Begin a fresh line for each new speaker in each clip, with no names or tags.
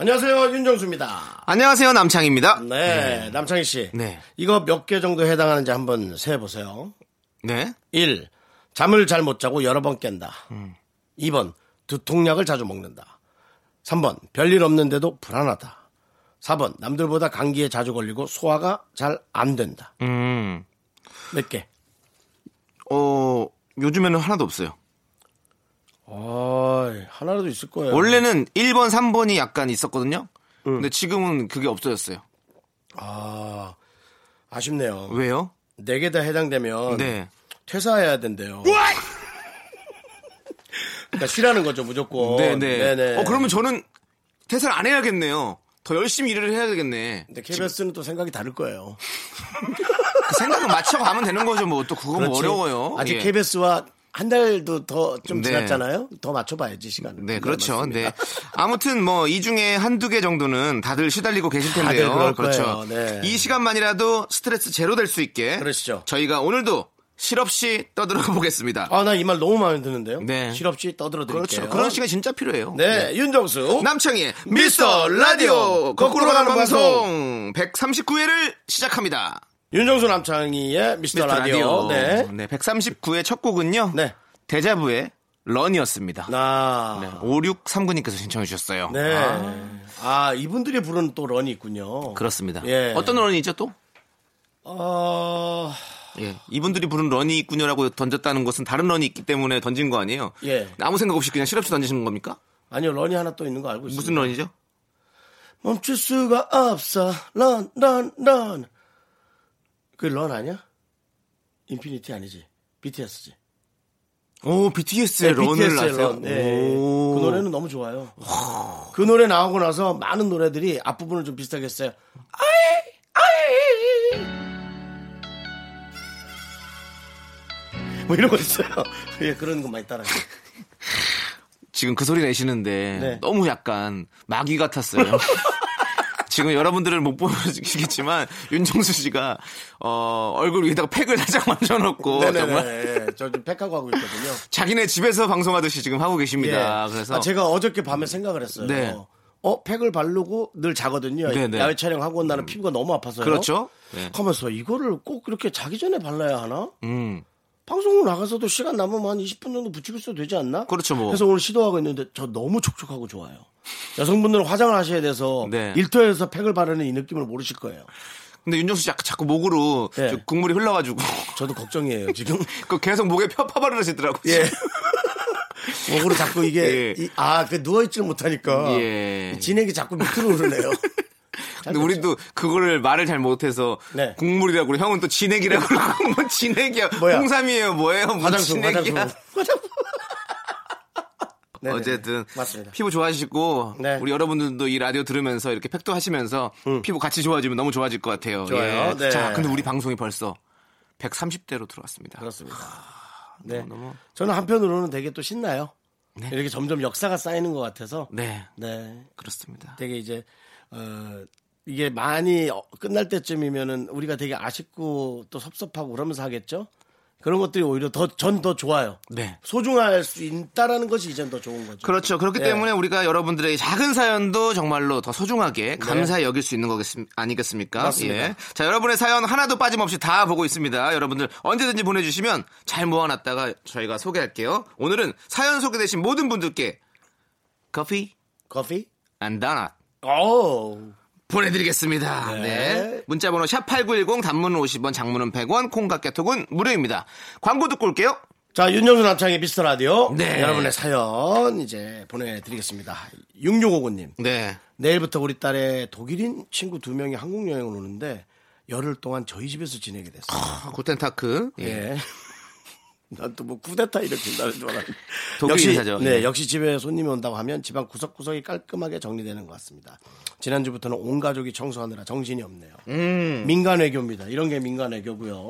안녕하세요 윤정수입니다.
안녕하세요 남창입니다.
네, 남창희 씨.
네.
이거 몇 개 정도 해당하는지 한번 세어 보세요.
네.
1. 잠을 잘 못 자고 여러 번 깬다. 2번. 두통약을 자주 먹는다. 3번. 별일 없는데도 불안하다. 4번. 남들보다 감기에 자주 걸리고 소화가 잘 안 된다.
음.
몇 개?
어 요즘에는 하나도 없어요.
어이, 하나라도 있을 거예요.
원래는 1번, 3번이 약간 있었거든요. 근데 지금은 그게 없어졌어요.
아, 아쉽네요.
왜요?
네 개 다 해당되면
네.
퇴사해야 된대요. 그러니까 쉬라는 거죠, 무조건.
네, 네.
네네.
어 그러면 저는 퇴사를 안 해야겠네요. 더 열심히 일을 해야 되겠네.
근데 KBS는 또 생각이 다를 거예요.
그 생각을 맞춰 가면 되는 거죠. 뭐 또 그건 뭐
그렇지.
어려워요.
아직
예.
KBS와 한 달도 더 좀
네.
지났잖아요. 더 맞춰봐야지 시간을.
네, 그렇죠.
맞습니다.
네. 아무튼 뭐 이 중에 한두 개 정도는 다들 시달리고 계실 텐데요.
다들 그럴
그렇죠.
거예요. 네.
이 시간만이라도 스트레스 제로 될 수 있게
그러시죠.
저희가 오늘도 실없이 떠들어 보겠습니다.
아, 나 이 말 너무 마음에 드는데요.
네.
실없이 떠들어 드릴게요.
그렇죠. 그런 시간 진짜 필요해요.
네, 윤정수.
남창희의 미스터 라디오 거꾸로 가는 방송 139회를 시작합니다.
윤정수 남창희의 미스터, 라디오. 네.
139회 첫 곡은요.
네.
데자부의 런이었습니다.
나.
네, 5639님께서 신청해 주셨어요.
네.
아,
아, 이분들이 부르는 또 런이 있군요.
그렇습니다.
예.
어떤 런이죠 또?
어,
예. 이분들이 부른 런이 있군요라고 던졌다는 것은 다른 런이 있기 때문에 던진 거 아니에요?
예.
아무 생각 없이 그냥 실없이 던지시는 겁니까?
아니요, 런이 하나 또 있는 거 알고 있어요.
무슨 런이죠?
멈출 수가 없어. 런, 런, 런. 그 런 아니야? 인피니티 아니지. BTS지.
오, BTS의 런을 네.
BTS 의
났어요.
런. 예, 예.
네, 오.
그 노래는 너무 좋아요. 그 노래 나오고 나서 많은 노래들이 앞부분을 좀 비슷하게 했어요. 아이, 아이. 뭐 이런 거 있어요. 예, 그런 거 많이 따라해요.
지금 그 소리 내시는데
네.
너무 약간 마귀 같았어요. 지금 여러분들을 못 보여주시겠지만 윤정수 씨가 어, 얼굴 위에다가 팩을 살짝 만져놓고 어, 정말
네네네. 저좀 팩하고 하고 있거든요.
자기네 집에서 방송하듯이 지금 하고 계십니다.
예.
그래서
아, 제가 어저께 밤에 생각을 했어요.
네.
어, 팩을 바르고 늘 자거든요.
네, 네.
야외 촬영하고 온 날은 피부가 너무 아파서요.
그렇죠. 네.
하면서 이거를 꼭 그렇게 자기 전에 발라야 하나?
음.
방송으로 나가서도 시간 남으면 한 20분 정도 붙이고 있어도 되지 않나?
그렇죠, 뭐.
그래서 오늘 시도하고 있는데 저 너무 촉촉하고 좋아요. 여성분들은 화장을 하셔야 돼서
네.
일터에서 팩을 바르는 이 느낌을 모르실 거예요.
근데 윤정수 씨 자꾸 목으로
네.
저 국물이 흘러가지고
저도 걱정이에요, 지금.
그 계속 목에 펴파 바르시더라고요.
예. 목으로 자꾸 이게
예.
이- 아, 그 누워 있지를 못하니까
예.
이 진액이 자꾸 밑으로 오르네요. 잘
근데 우리도 그거를 말을 잘 못해서
네.
국물이라고 그래. 형은 또 진액이라고 그러고 뭐 진액이야.
뭐야?
홍삼이에요. 뭐예요? 뭐
화장품, 화장품.
진액이야.
화장품. 네네.
어쨌든
맞습니다.
피부 좋아지시고
네. 음.
우리 여러분들도 이 라디오 들으면서 이렇게 팩도 하시면서 피부 같이 좋아지면 너무 좋아질 것 같아요.
좋아요.
예.
네.
자, 근데 우리 방송이 벌써 130대로 들어왔습니다.
그렇습니다. 네.
아, 너무-
저는 한편으로는 되게 또 신나요. 이렇게 점점 역사가 쌓이는 것 같아서.
네,
네.
그렇습니다.
되게 이제 어 이게 많이 어, 끝날 때쯤이면은 우리가 되게 아쉽고 또 섭섭하고 그러면서 하겠죠. 그런 것들이 오히려 더 전 더 좋아요.
네.
소중할 수 있다라는 것이 이젠 더 좋은 거죠.
그렇죠. 그렇기
네.
때문에 우리가 여러분들의 작은 사연도 정말로 더 소중하게 감사히 여길 수 있는 거겠습, 아니겠습니까?
네.
예.
맞습니다.
자, 여러분의 사연 하나도 빠짐없이 다 보고 있습니다. 여러분들 언제든지 보내주시면 잘 모아놨다가 저희가 소개할게요. 오늘은 사연 소개되신 모든 분들께 커피
커피?
안 다나
오.
보내드리겠습니다.
네.
네. 문자번호 샵8910 단문은 50원, 장문은 100원, 콩과 깨톡은 무료입니다. 광고 듣고 올게요.
자, 윤정수 남창의 미스터 라디오.
네.
여러분의 사연 이제 보내드리겠습니다. 6659님.
네.
내일부터 우리 딸의 독일인 친구 두 명이 한국 여행을 오는데 열흘 동안 저희 집에서 지내게 됐어요.
예.
네.
아, 구텐타크. 예.
예. 난 또 뭐 쿠데타 일으킨다는 줄 알았는데.
독일
역시,
인사죠.
네,
예.
역시 집에 손님이 온다고 하면 집안 구석구석이 깔끔하게 정리되는 것 같습니다. 지난주부터는 온 가족이 청소하느라 정신이 없네요.
음.
민간 외교입니다. 이런 게 민간 외교고요.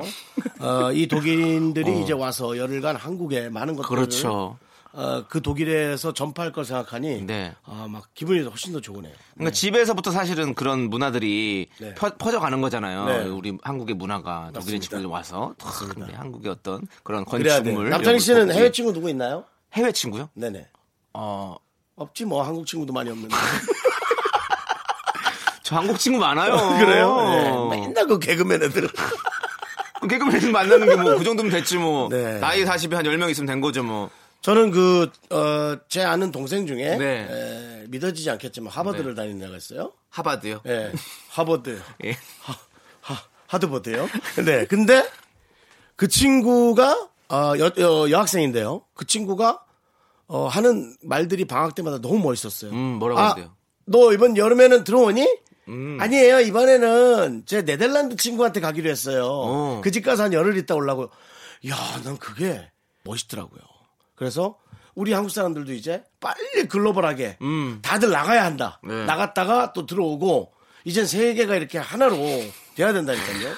어, 이 독일인들이 이제 와서 열흘간 한국에 많은 것들을
그렇죠.
어, 그 독일에서 전파할 걸 생각하니
네.
아, 막 기분이 훨씬 더 좋으네요.
그러니까 집에서부터 사실은 그런 문화들이
네.
퍼, 져가는 거잖아요.
네.
우리 한국의 문화가 독일인
맞습니다.
친구들 와서 탁 우리 한국의 어떤 그런
그래야 돼.
건축물
남창희 씨는
이런 걸
해외
보고.
친구 누구 있나요?
해외 친구요?
네네.
어,
없지 뭐 한국 친구도 많이 없는데.
저 한국 친구 많아요. 어.
네. 맨날 그 개그맨 애들은.
그 개그맨 만나는 게 뭐 그 정도면 됐지 뭐.
네.
나이 40에 한 10명 있으면 된 거죠 뭐.
저는 그, 어, 제 아는 동생 중에,
네.
에, 믿어지지 않겠지만 하버드를 다니는 애가 있어요.
하바드요.
예, 하버드요.
예.
하, 하드버드요. 네, 근데 그 친구가, 어, 여, 여, 여학생인데요. 그 친구가, 어, 하는 말들이 방학 때마다 너무 멋있었어요.
음, 뭐라고
아,
하는데요? 음.
너 이번 여름에는 들어오니? 아니에요. 이번에는 제 네덜란드 친구한테 가기로 했어요.
어.
그 집 가서 한 열흘 있다 오려고. 야, 난 그게 멋있더라고요. 그래서 우리 한국 사람들도 이제 빨리 글로벌하게 다들 나가야 한다.
음. 네.
나갔다가 또 들어오고 이젠 세계가 이렇게 하나로 돼야 된다니까요.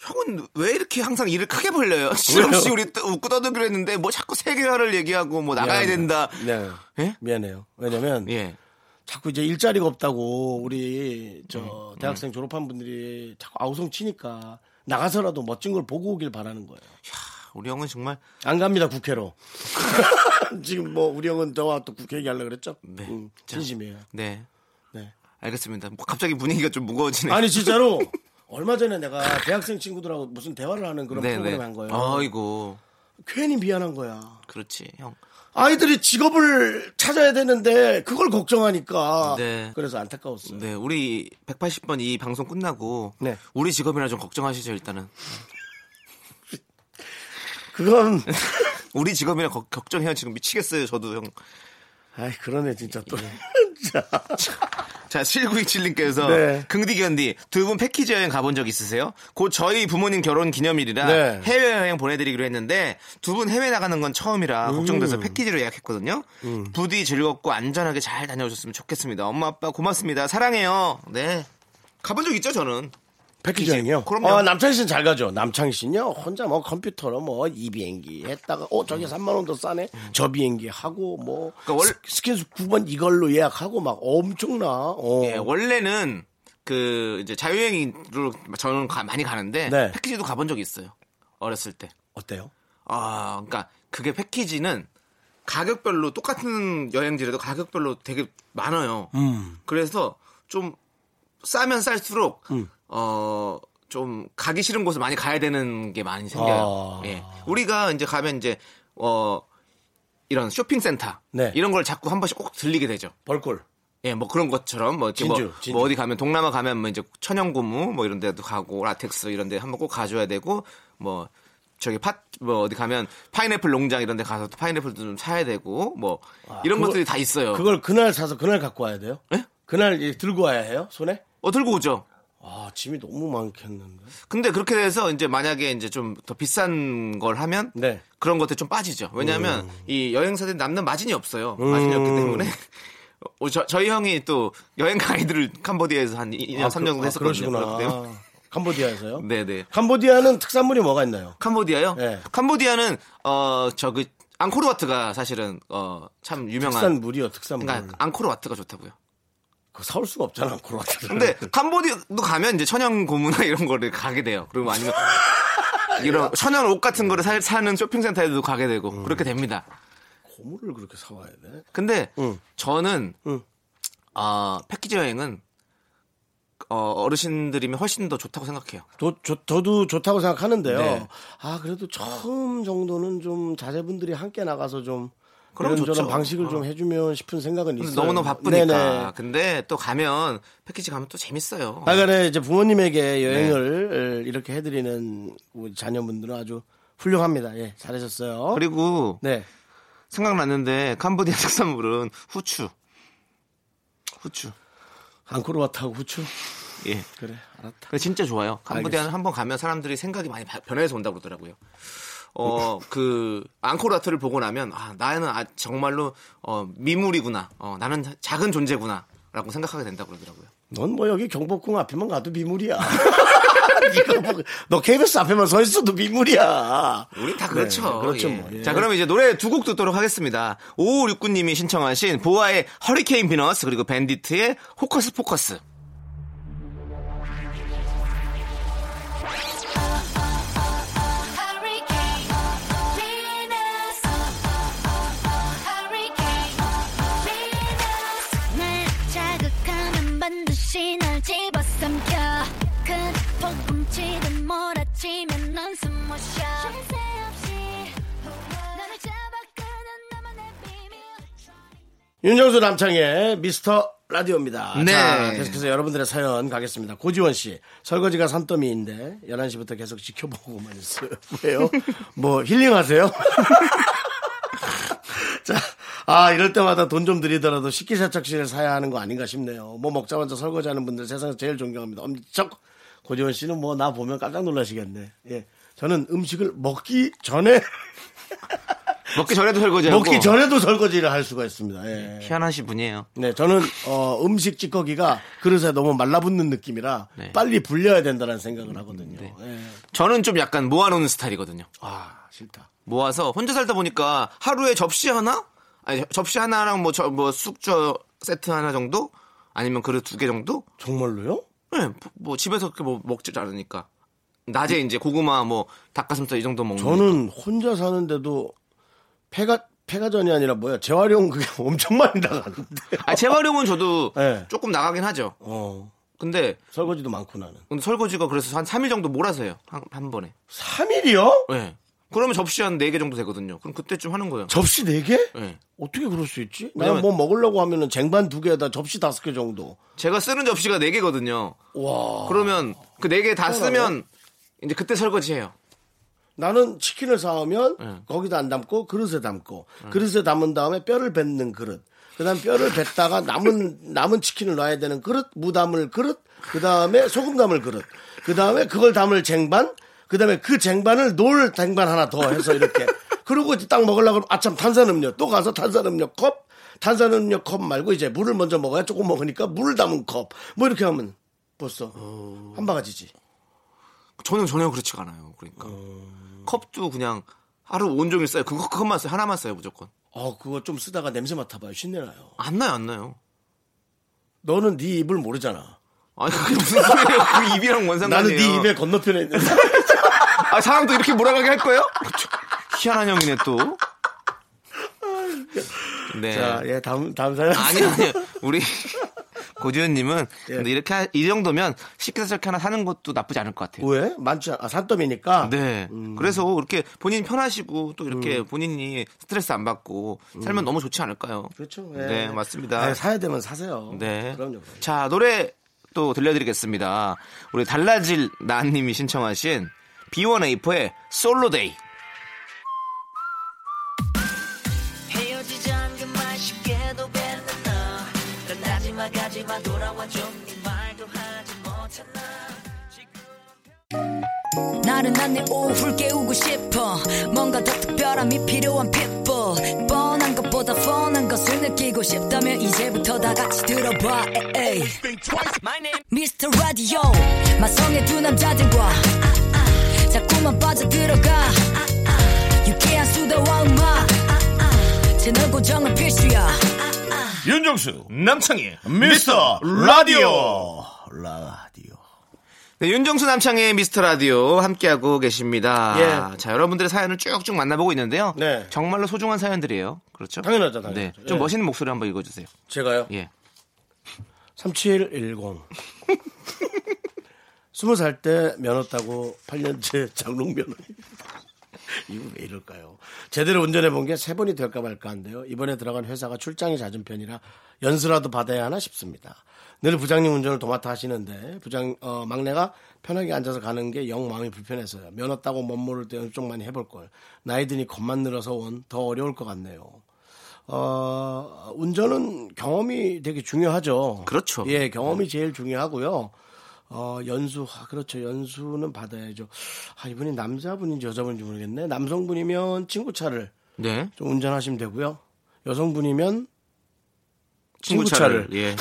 형은 왜 이렇게 항상 일을 크게 벌려요? 실없이
왜요?
우리 또 웃고 떠들기로 했는데 뭐 자꾸 세계화를 얘기하고 뭐 나가야 된다.
미안해요. 네.
예?
미안해요. 왜냐면
예.
자꾸 이제 일자리가 없다고 우리 저
음.
대학생 졸업한 분들이 자꾸 아우성 치니까 나가서라도 멋진 걸 보고 오길 바라는 거예요.
우리 형은 정말
안 갑니다 국회로. 지금 뭐 우리 형은 저와 또 국회 얘기하려 그랬죠?
네.
음,
자.
진심이에요.
네.
네.
알겠습니다. 뭐 갑자기 분위기가 좀 무거워지네.
아니 진짜로 얼마 전에 내가 대학생 친구들하고 무슨 대화를 하는 그런
네,
프로그램
네.
한 거예요.
아이고.
괜히 미안한 거야.
그렇지. 형.
아이들이 직업을 찾아야 되는데 그걸 걱정하니까
네.
그래서 안타까웠어요.
네, 우리 180번 이 방송 끝나고
네.
우리 직업이나 좀 걱정하시죠, 일단은.
그건
우리 직업이나 걱- 걱정해요. 지금 미치겠어요, 저도 형.
아이 그러네 진짜 또.
예. 자, 7927님께서
네.
긍디 견디 두 분 패키지 여행 가본 적 있으세요? 곧 저희 부모님 결혼 기념일이라
네.
해외 여행 보내드리기로 했는데 두 분 해외 나가는 건 처음이라 걱정돼서 패키지로 예약했거든요.
음.
부디 즐겁고 안전하게 잘 다녀오셨으면 좋겠습니다. 엄마 아빠 고맙습니다. 사랑해요. 네. 가본 적 있죠, 저는.
패키지 여행이요?
그럼요.
어, 남창희 씨는 잘 가죠. 남창희 씨는요, 혼자 뭐 컴퓨터로 뭐 이 비행기 했다가, 어, 저게 3만원 더 싸네? 저 비행기 하고, 뭐.
음. 그러니까 월-
스, 킨스 9번 이걸로 예약하고 막 엄청나. 어.
예, 원래는 그 이제 자유여행으로 저는 가- 많이 가는데
네.
패키지도 가본 적이 있어요. 어렸을 때.
어때요?
아, 그러니까 그게 패키지는 가격별로 똑같은 여행지라도 가격별로 되게 많아요.
음.
그래서 좀 싸면 쌀수록
음.
어. 좀 가기 싫은 곳을 많이 가야 되는 게 많이 생겨요.
아.
예. 우리가 이제 가면 이제 어 이런 쇼핑센터
네.
이런 걸 자꾸 한 번씩 꼭 들리게 되죠.
벌꿀.
예, 뭐 그런 것처럼 뭐, 이렇게
진주,
뭐,
진주.
뭐 어디 가면 동남아 가면 뭐 이제 천연고무 뭐 이런 데도 가고 라텍스 이런 데 한번 꼭 가줘야 되고 뭐 저기 파 뭐 어디 가면 파인애플 농장 이런 데 가서 또 파인애플도 좀 사야 되고 뭐 이런
아, 그거-
것들이 다 있어요.
그걸 그날 사서 그날 갖고 와야 돼요?
예?
그날 이- 들고 와야 해요? 손에?
어 들고 오죠.
아, 짐이 너무 많겠는데.
근데 그렇게 돼서 이제 만약에 이제 좀 더 비싼 걸 하면
네. 음.
그런 것들 좀 빠지죠. 왜냐하면 이 여행사들이 남는 마진이 없어요. 마진이 없기 때문에. 어, 저, 저희 형이 또 여행 가이드를 캄보디아에서 한 2년,
아,
예, 3년 정도
그- 아,
했었거든요. 그렇기 때문에.
그러시구나. 캄보디아에서요?
네네.
캄보디아는 특산물이 뭐가 있나요?
캄보디아요?
예.
캄보디아는 어 저그 앙코르와트가 사실은 어 참 유명한
특산물이요, 특산물.
그러니까 앙코르와트가 좋다고요.
그거 사올 수가 없잖아, 코로나
근데 캄보디아도 가면 이제 천연 고무나 이런 거를 가게 돼요. 그리고 아니면 이런 천연 옷 같은 거를 살, 사는 쇼핑센터에도 가게 되고
음.
그렇게 됩니다.
고무를 그렇게 사와야 돼?
근데
응.
저는
응.
어, 패키지 여행은 어, 어르신들이면 훨씬 더 좋다고 생각해요.
저, 도 좋다고 생각하는데요.
네.
아 그래도 처음 정도는 좀 자제분들이 함께 나가서 좀
그럼
이런저런
좋죠.
방식을
어.
좀 해주면 싶은 생각은 있어요.
너무너무 바쁘니까.
네네.
근데 또 가면 패키지 가면 또 재밌어요.
아까는 이제
네.
부모님에게 여행을 이렇게 해드리는 우리 자녀분들은 아주 훌륭합니다. 예, 잘하셨어요.
그리고
네,
생각났는데 캄보디아 특산물은 후추. 후추.
앙코르와트하고 후추.
예.
그래, 알았다.
근데 진짜 좋아요. 캄보디아는
알겠습니다.
한번 가면 사람들이 생각이 많이 바- 변해서 온다고 그러더라고요. 어, 그, 앙코르와트를 보고 나면, 아, 나는 아, 정말로, 어, 미물이구나. 어, 나는 작은 존재구나. 라고 생각하게 된다고 그러더라고요.
넌 뭐 여기 경복궁 앞에만 가도 미물이야. 네가 뭐, 너 KBS 앞에만 서 있어도 미물이야.
우린 다 그렇죠.
네, 그렇죠,
예.
뭐. 예.
자, 그러면 이제 노래 두 곡 듣도록 하겠습니다. 5569님이 신청하신 보아의 허리케인 비너스, 그리고 밴디트의 호커스 포커스.
Hurricane Venus. Hurricane Venus. 날 자극하면 반드시 날 집어삼켜. 큰 폭음치를 몰아치면 넌 숨못 쉬어. 쉴새 없이 나를 잡아끄는 나만의 비밀.
윤정수 남창의 미스터 라디오입니다.
네.
자, 계속해서 여러분들의 사연 가겠습니다. 고지원 씨, 설거지가 산더미인데 11시부터 계속 지켜보고만 뭐 있어요. 왜요? 뭐 힐링하세요? 자, 아 이럴 때마다 돈 좀 드리더라도 식기세척실에 사야 하는 거 아닌가 싶네요. 뭐 먹자 마자 설거지하는 분들 세상에서 제일 존경합니다. 엄척 고지원 씨는 뭐 나 보면 깜짝 놀라시겠네. 예, 저는 음식을 먹기 전에
먹기 전에도 설거지하고.
먹기 전에도 설거지를 할 수가 있습니다. 예.
희한하신 분이에요.
네, 저는 어, 음식 찌꺼기가 그릇에 너무 말라붙는 느낌이라
네.
빨리 불려야 된다는 생각을 하거든요. 예.
저는 좀 약간 모아놓는 스타일이거든요.
아 싫다.
모아서 혼자 살다 보니까 하루에 접시 하나? 아니, 저- 접시 하나랑 뭐, 저, 뭐, 숙주 세트 하나 정도? 아니면 그릇 두 개 정도?
정말로요?
네, 뭐, 집에서 그렇게 뭐 먹질 않으니까. 낮에 이제 고구마 뭐, 닭가슴살 이 정도 먹는.
저는 혼자 사는데도 폐가 폐가전이 아니라 뭐야 재활용 그게 엄청 많이 나가는데.
아, 재활용은 저도
네.
조금 나가긴 하죠.
어
근데,
설거지도 많고 나는.
근데 설거지가 그래서 한 3일 정도 몰아서 해요. 한, 한 번에.
3일이요?
네. 그러면 접시 한 4개 정도 되거든요. 그럼 그때쯤 하는 거예요.
접시 4개?
네.
어떻게 그럴 수 있지?
왜냐면-
난뭐 먹으려고 하면은 쟁반 2개에다 접시 5개 정도.
제가 쓰는 접시가 4개거든요.
와.
그러면 그 4개 다 쓰면 이제 그때 설거지해요.
나는 치킨을 사오면
응.
거기다 안 담고 그릇에 담고 그릇에 담은 다음에 뼈를 뱉는 그릇 그다음 뼈를 뱉다가 남은 남은 치킨을 넣어야 되는 그릇 무담을 그릇 그다음에 소금 담을 그릇 그다음에 그걸 담을 쟁반 그다음에 그 쟁반을 놓을 쟁반 하나 더 해서 이렇게 그리고 이제 딱 먹으려고 아참 탄산음료 또 가서 탄산음료 컵 탄산음료 컵 말고 이제 물을 먼저 먹어야 조금 먹으니까 물을 담은 컵 뭐 이렇게 하면 벌써 한 바가지지
저는 전혀 그렇지가 않아요. 그러니까
어.
컵도 그냥 하루 온종일 써요. 그거 그것만 써요. 하나만 써요 무조건.
어 그거 좀 쓰다가 냄새 맡아봐요 신내나요
안 나요, 안 나요.
너는 네 입을 모르잖아.
아니 그게 무슨 소리예요? 그 입이랑 뭔
나는
상관이에요?
네 입에 건너편에 있는
아 사람도 이렇게 몰아가게 할 거예요? 희한한 형이네 또. 네.
자, 예, 다음 다음 사연.
아니 아니 우리 고지현님은
예.
근데 이렇게 하- 이 정도면 쉽게 저렇게 하나 사는 것도 나쁘지 않을 것 같아요.
왜? 많지 않아. 음. 산더미니까.
네. 그래서 이렇게 본인 편하시고 또 이렇게 본인이 스트레스 안 받고 살면 너무 좋지 않을까요?
음. 그렇죠. 예.
네, 맞습니다.
아, 사야 되면 사세요.
네.
그럼요.
자, 노래 또 들려드리겠습니다. 우리 달라질 나님이 신청하신 B1A4의 솔로데이.
헤어지지 않은 말 쉽게도 뱉는 너난 하지마 가지마 돌아와 좀네 말도 하지 못했나
나른한 내 오후를 깨우고 싶어 뭔가 더 특별함이 필요한 people 뻔한 것보다 뻔한 것을 느끼고 싶다면 이제부터 다 같이 들어봐 에이. Mr. Radio 마성의 두 남자들과 자꾸만 빠져들어가 유쾌한 수다와 음악 채널 고정은 필수야
윤정수 남창희
미스터 라디오. 라디오.
네, 윤정수 남창의 미스터 라디오 함께하고 계십니다.
예.
자, 여러분들의 사연을 쭉쭉 만나보고 있는데요.
네.
정말로 소중한 사연들이에요. 그렇죠?
당연하죠, 당연하죠.
네. 좀
예.
멋있는 목소리 한번 읽어주세요.
제가요.
예.
3710. 스무 살 때 면허 따고 8년째 장롱 면허. 이거 왜 이럴까요? 제대로 운전해 본 게 세 번이 될까 말까 한데요. 이번에 들어간 회사가 출장이 잦은 편이라 연수라도 받아야 하나 싶습니다. 늘 부장님 운전을 도맡아 하시는데 부장 어, 막내가 편하게 앉아서 가는 게 영 마음이 불편해서요. 면허 따고 멋모를 때 연습 좀 많이 해볼 걸. 나이 드니 겁만 늘어서 원 더 어려울 것 같네요. 어, 운전은 경험이 되게 중요하죠.
그렇죠.
예, 경험이 제일 중요하고요. 어, 연수, 아, 그렇죠. 연수는 받아야죠. 아, 이분이 남자분인지 여자분인지 모르겠네. 남성분이면 친구 차를
네.
좀 운전하시면 되고요. 여성분이면 친구 차를.
예.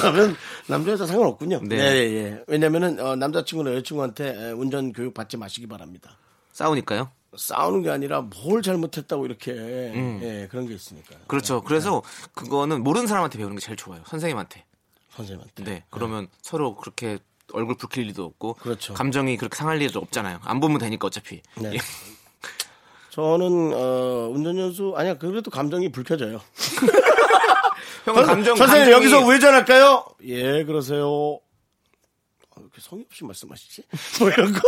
그러면 남자 여자 상관없군요.
네.
네, 예, 예. 왜냐면은 어, 남자친구나 여자친구한테 에, 운전 교육 받지 마시기 바랍니다.
싸우니까요.
싸우는 게 아니라 뭘 잘못했다고 이렇게
음.
예, 그런 게 있으니까요.
그렇죠. 그래서
네.
그거는 모르는 사람한테 배우는 게 제일 좋아요. 선생님한테.
선생님한테.
네. 그러면 서로 그렇게 얼굴 붉힐 일도 없고
그렇죠.
감정이 그렇게 상할 일도 없잖아요. 안 보면 되니까 어차피.
네.
예.
저는 어, 운전 연수 아니야 그래도 감정이 불켜져요.
형은 감정
선생님
감정이-
여기서 우회전할까요? 예 그러세요. 어, 왜 이렇게 성의 없이 말씀하시지? 뭐 이런 거.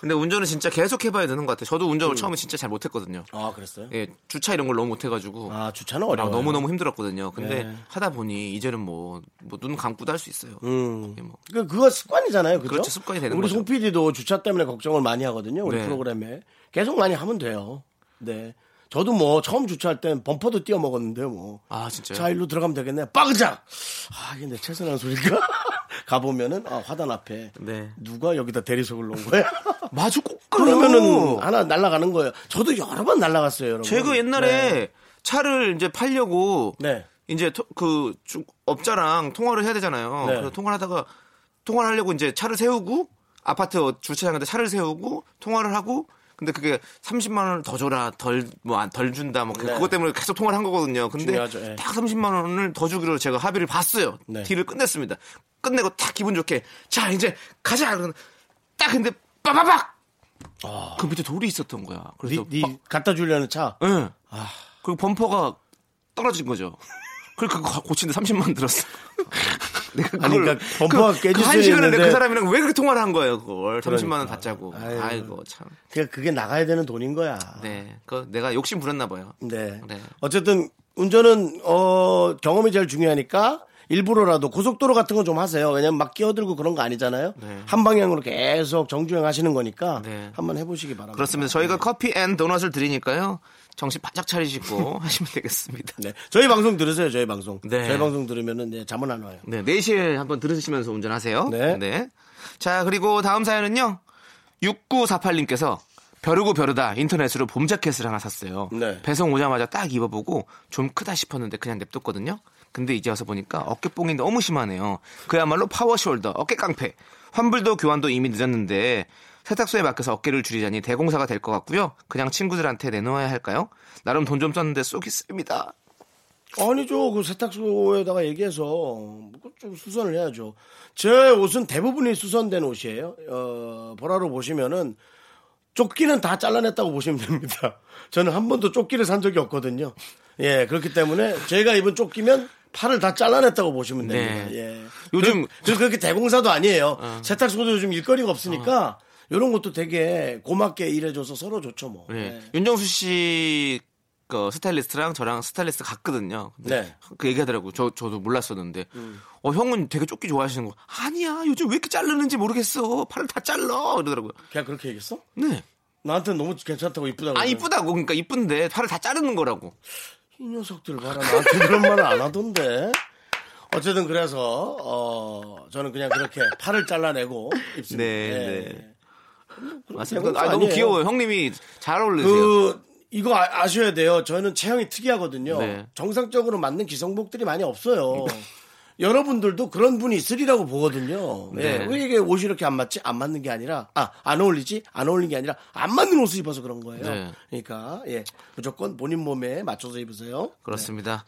근데 운전은 진짜 계속 해봐야 되는 것 같아요. 저도 운전을 처음에 진짜 잘 못했거든요.
아 그랬어요?
예, 주차 이런 걸 너무 못해가지고
아 주차는 어려워.
너무 너무 힘들었거든요. 근데
네.
하다 보니 이제는 뭐 눈 감고도 할 수 있어요.
음.
예, 뭐.
그 그거 습관이잖아요, 그죠?
그렇죠, 습관이 되는
우리
거죠.
송 PD도 주차 때문에 걱정을 많이 하거든요, 우리
네.
프로그램에 계속 많이 하면 돼요. 네, 저도 뭐 처음 주차할 땐 범퍼도 띄워 먹었는데 뭐.
아 진짜요?
자 일로 들어가면 되겠네. 빵자. 아 이게 내 최선한 소리가. 가보면은 아, 화단 앞에
네.
누가 여기다 대리석을 놓은 거야?
마주 꼭
그러면은 하나 날아가는 거예요. 저도 여러 번 날아갔어요, 여러분.
제가 그 옛날에 차를 이제 팔려고
네.
이제 토- 그 주- 업자랑 통화를 해야 되잖아요.
네.
그래서 통화를 하다가 통화를 하려고 이제 차를 세우고 아파트 주차장에다 차를 세우고 통화를 하고 근데 그게 30만 원을 더 줘라 덜 뭐 안 덜 준다 뭐 그-
네.
그것 때문에 계속 통화를 한 거거든요. 근데
중요하죠, 예.
딱 30만 원을 더 주기로 제가 합의를 봤어요.
네.
딜을 끝냈습니다. 끝내고 딱 기분 좋게 자 이제 가자 그러면 딱 근데 빠바박
아.
그 밑에 돌이 있었던 거야.
네,
그래서
네 갖다 주려는 차.
예. 그리고 범퍼가 떨어진 거죠. 그리고 그거 고치는데 30만 들었어. 내가 그걸-
아니, 그러니까 범퍼가 깨질
그한
수는
시간을 내가
있는데-
그 사람이랑 왜 그렇게 통화를 한 거예요, 그걸. 30만 원
그러니까.
받자고.
아유.
아이고, 참.
그게 그게 나가야 되는 돈인 거야.
네. 그 내가 욕심 부렸나 봐요.
네.
네.
어쨌든 운전은 어 경험이 제일 중요하니까 일부러라도 고속도로 같은 거 좀 하세요. 왜냐면 막 끼어들고 그런 거 아니잖아요.
네.
한 방향으로 계속 정주행 하시는 거니까
네.
한번 해보시기 바랍니다.
그렇습니다. 저희가 커피 앤 도넛을 드리니까요. 정신 바짝 차리시고 하시면 되겠습니다.
네. 저희 방송 들으세요. 저희 방송.
네.
저희 방송 들으면은 네, 잠은 안 와요.
네, 4시에 한번 들으시면서 운전하세요.
네.
자, 그리고 다음 사연은요. 6948님께서 벼르고 벼르다 인터넷으로 봄 자켓을 하나 샀어요.
네.
배송 오자마자 딱 입어보고 좀 크다 싶었는데 그냥 냅뒀거든요. 근데 이제 와서 보니까 어깨뽕이 너무 심하네요. 그야말로 파워숄더, 어깨깡패. 환불도 교환도 이미 늦었는데 세탁소에 맡겨서 어깨를 줄이자니 대공사가 될 것 같고요. 그냥 친구들한테 내놓아야 할까요? 나름 돈 좀 썼는데 쏙 있습니다.
아니죠. 그 세탁소에다가 얘기해서 그거 좀 수선을 해야죠. 제 옷은 대부분이 수선된 옷이에요. 어, 보라로 보시면은 조끼는 다 잘라냈다고 보시면 됩니다. 저는 한 번도 조끼를 산 적이 없거든요. 예, 그렇기 때문에 제가 입은 조끼면 팔을 다 잘라냈다고 보시면 됩니다.
네.
예.
요즘- 어.
그, 그렇게 대공사도 아니에요. 세탁소도 요즘 일거리가 없으니까 이런 것도 되게 고맙게 일해줘서 서로 좋죠 뭐.
네.
예.
윤정수 씨. 그 스타일리스트랑 저랑 스타일리스트 같거든요. 근데
네. 음.
그 얘기하더라고. 저 저도 몰랐었는데. 어 형은 되게 쫓기 좋아하시는 거. 아니야. 요즘 왜 이렇게 자르는지 모르겠어. 팔을 다 잘라. 이러더라고요.
그냥 그렇게 얘기했어?
네.
나한테 너무 괜찮다고 이쁘다고.
아
그러더라고요.
이쁘다고. 그러니까 이쁜데 팔을 다 자르는 거라고.
이 녀석들 봐라 나한테 그런 말을 안 하던데 어쨌든 그래서 어 저는 그냥 그렇게 팔을 잘라내고 입습니다.
네,
예.
네.
그렇게
맞습니다.
해본
아,
거
너무
아니에요.
귀여워요. 형님이 잘 어울리세요.
그 이거 아, 셔야 돼요. 저는 체형이 특이하거든요.
네.
정상적으로 맞는 기성복들이 많이 없어요. 여러분들도 그런 분이 있으리라고 보거든요. 예.
네.
왜 이게 옷이 이렇게 안 맞지? 안 맞는 게 아니라 아 안 어울리지? 안 어울린 게 아니라 안 맞는 옷을 입어서 그런 거예요.
네.
그러니까 예 무조건 본인 몸에 맞춰서 입으세요.
그렇습니다.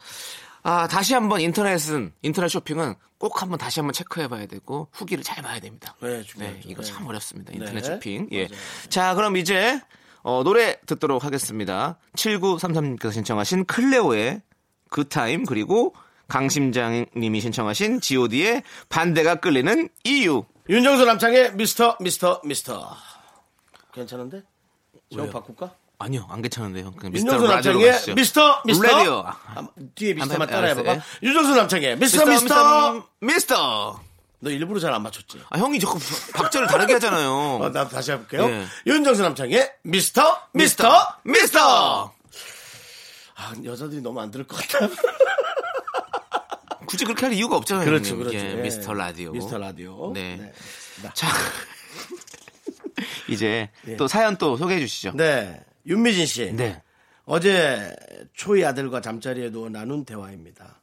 아 다시 한번 인터넷은 인터넷 쇼핑은 꼭 한번 다시 한번 체크해봐야 되고 후기를 잘 봐야 됩니다.
네, 중요하죠.
이거
네.
참 어렵습니다. 인터넷
네,
쇼핑. 예. 자 그럼 이제 어, 노래 듣도록 하겠습니다. 7933님께서 신청하신 클레오의 그 타임 그리고 강심장님이 신청하신 G.O.D의 반대가 끌리는 E 이유.
윤정수 남창의 미스터 미스터 미스터 괜찮은데? 제목 바꿀까?
아니요 안 괜찮은데요. 그냥 미스터
윤정수
라디오로
남창의
가시죠.
미스터 미스터
라디오.
아, 뒤에
한번
미스터만
해봐-
따라해봐봐
알았어요.
윤정수 남창의 미스터
미스터
미스터,
아, 미스터 미스터.
너 일부러 잘 안 맞췄지?
아 형이 자꾸 박자를 다르게 하잖아요.
어, 나 다시 해볼게요
예.
윤정수 남창의 미스터 미스터
미스터 미스터
아, 여자들이 너무 안 들을 것 같아
굳이 그렇게 할 이유가 없잖아요.
그렇죠,
형님.
그렇죠.
예,
예.
미스터 라디오.
미스터 라디오.
네.
네.
자, 이제
예.
또 사연 또 소개해 주시죠.
네. 윤미진 씨.
네.
어제 초이 아들과 잠자리에 누워 나눈 대화입니다.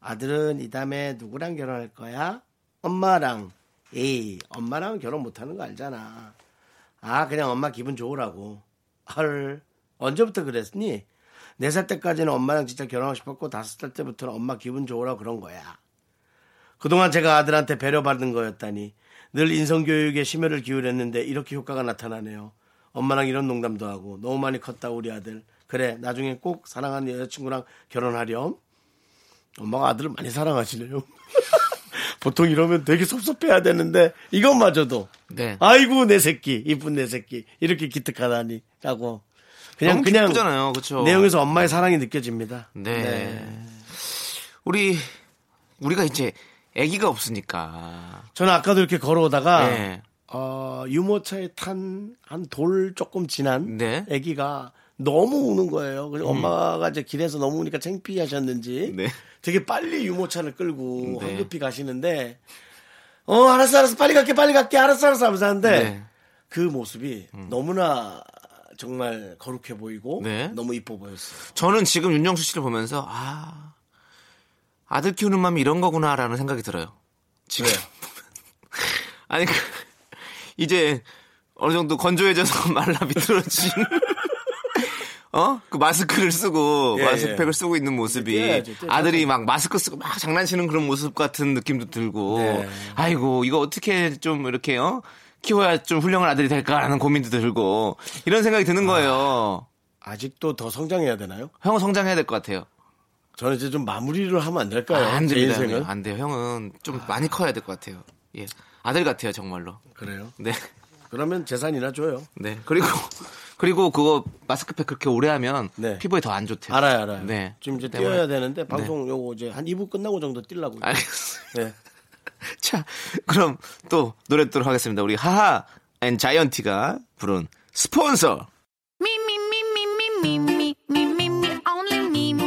아들은 이 다음에 누구랑 결혼할 거야? 엄마랑. 에이, 엄마랑 결혼 못하는 거 알잖아. 아, 그냥 엄마 기분 좋으라고. 헐, 언제부터 그랬니? 네 살 때까지는 엄마랑 진짜 결혼하고 싶었고 다섯 살 때부터는 엄마 기분 좋으라고 그런 거야. 그동안 제가 아들한테 배려받은 거였다니 늘 인성교육에 심혈을 기울였는데 이렇게 효과가 나타나네요. 엄마랑 이런 농담도 하고 너무 많이 컸다 우리 아들. 그래 나중에 꼭 사랑하는 여자친구랑 결혼하렴. 엄마가 아들을 많이 사랑하시네요. 보통 이러면 되게 섭섭해야 되는데 이것마저도
네.
아이고 내 새끼 이쁜 내 새끼 이렇게 기특하다니라고 그냥
너무
그냥
기쁘잖아요. 그쵸?
내용에서 엄마의 사랑이 느껴집니다.
네. 우리 우리가 이제 아기가 없으니까.
저는 아까도 이렇게 걸어오다가
네.
어, 유모차에 탄 한 돌 조금 지난
네. 음.
아기가 너무 우는 거예요. 그래서 엄마가 이제 길에서 너무 우니까 창피하셨는지
네.
되게 빨리 유모차를 끌고
네.
황급히 가시는데 어 알았어 알았어 빨리 갈게 빨리 갈게 알았어 알았어 하면서 하는데
네. 음.
그 모습이 너무나 정말 거룩해 보이고
네.
너무 이뻐 보였어요.
저는 지금 윤정수 씨를 보면서 아 아들 키우는 마음이 이런 거구나라는 생각이 들어요. 지금 아니 그, 이제 어느 정도 건조해져서 말라 비틀어진 어? 그 마스크를 쓰고
예,
마스크팩을 쓰고 있는 모습이
뛰어야죠, 뛰어야죠.
아들이 막 마스크 쓰고 막 장난치는 그런 모습 같은 느낌도 들고
네.
아이고 이거 어떻게 좀 이렇게 어? 키워야 좀 훌륭한 아들이 될까라는 고민도 들고 이런 생각이 드는 거예요.
아직도 더 성장해야 되나요?
형은 성장해야 될 것 같아요.
저는 이제 좀 마무리를 하면 안 될까요?
아, 안
제
됩니다.
인생은 아.
형님. 안 돼요. 형은 좀 많이 커야 될 것 같아요. 예. 아들 같아요, 정말로.
그래요.
네.
그러면 재산이나 줘요.
네. 그리고 그리고 그거 마스크팩 그렇게 오래 하면
네.
피부에 더 안 좋대요.
알아요, 네. 알아요.
네.
지금 이제
때문에.
뛰어야 되는데 방송 요거 이제 한 2부 끝나고 정도 뛰려고. 요
알겠어요.
네.
자, 그럼 또 노래 듣도록 하겠습니다. 우리 하하 앤 자이언티가 부른 스폰서.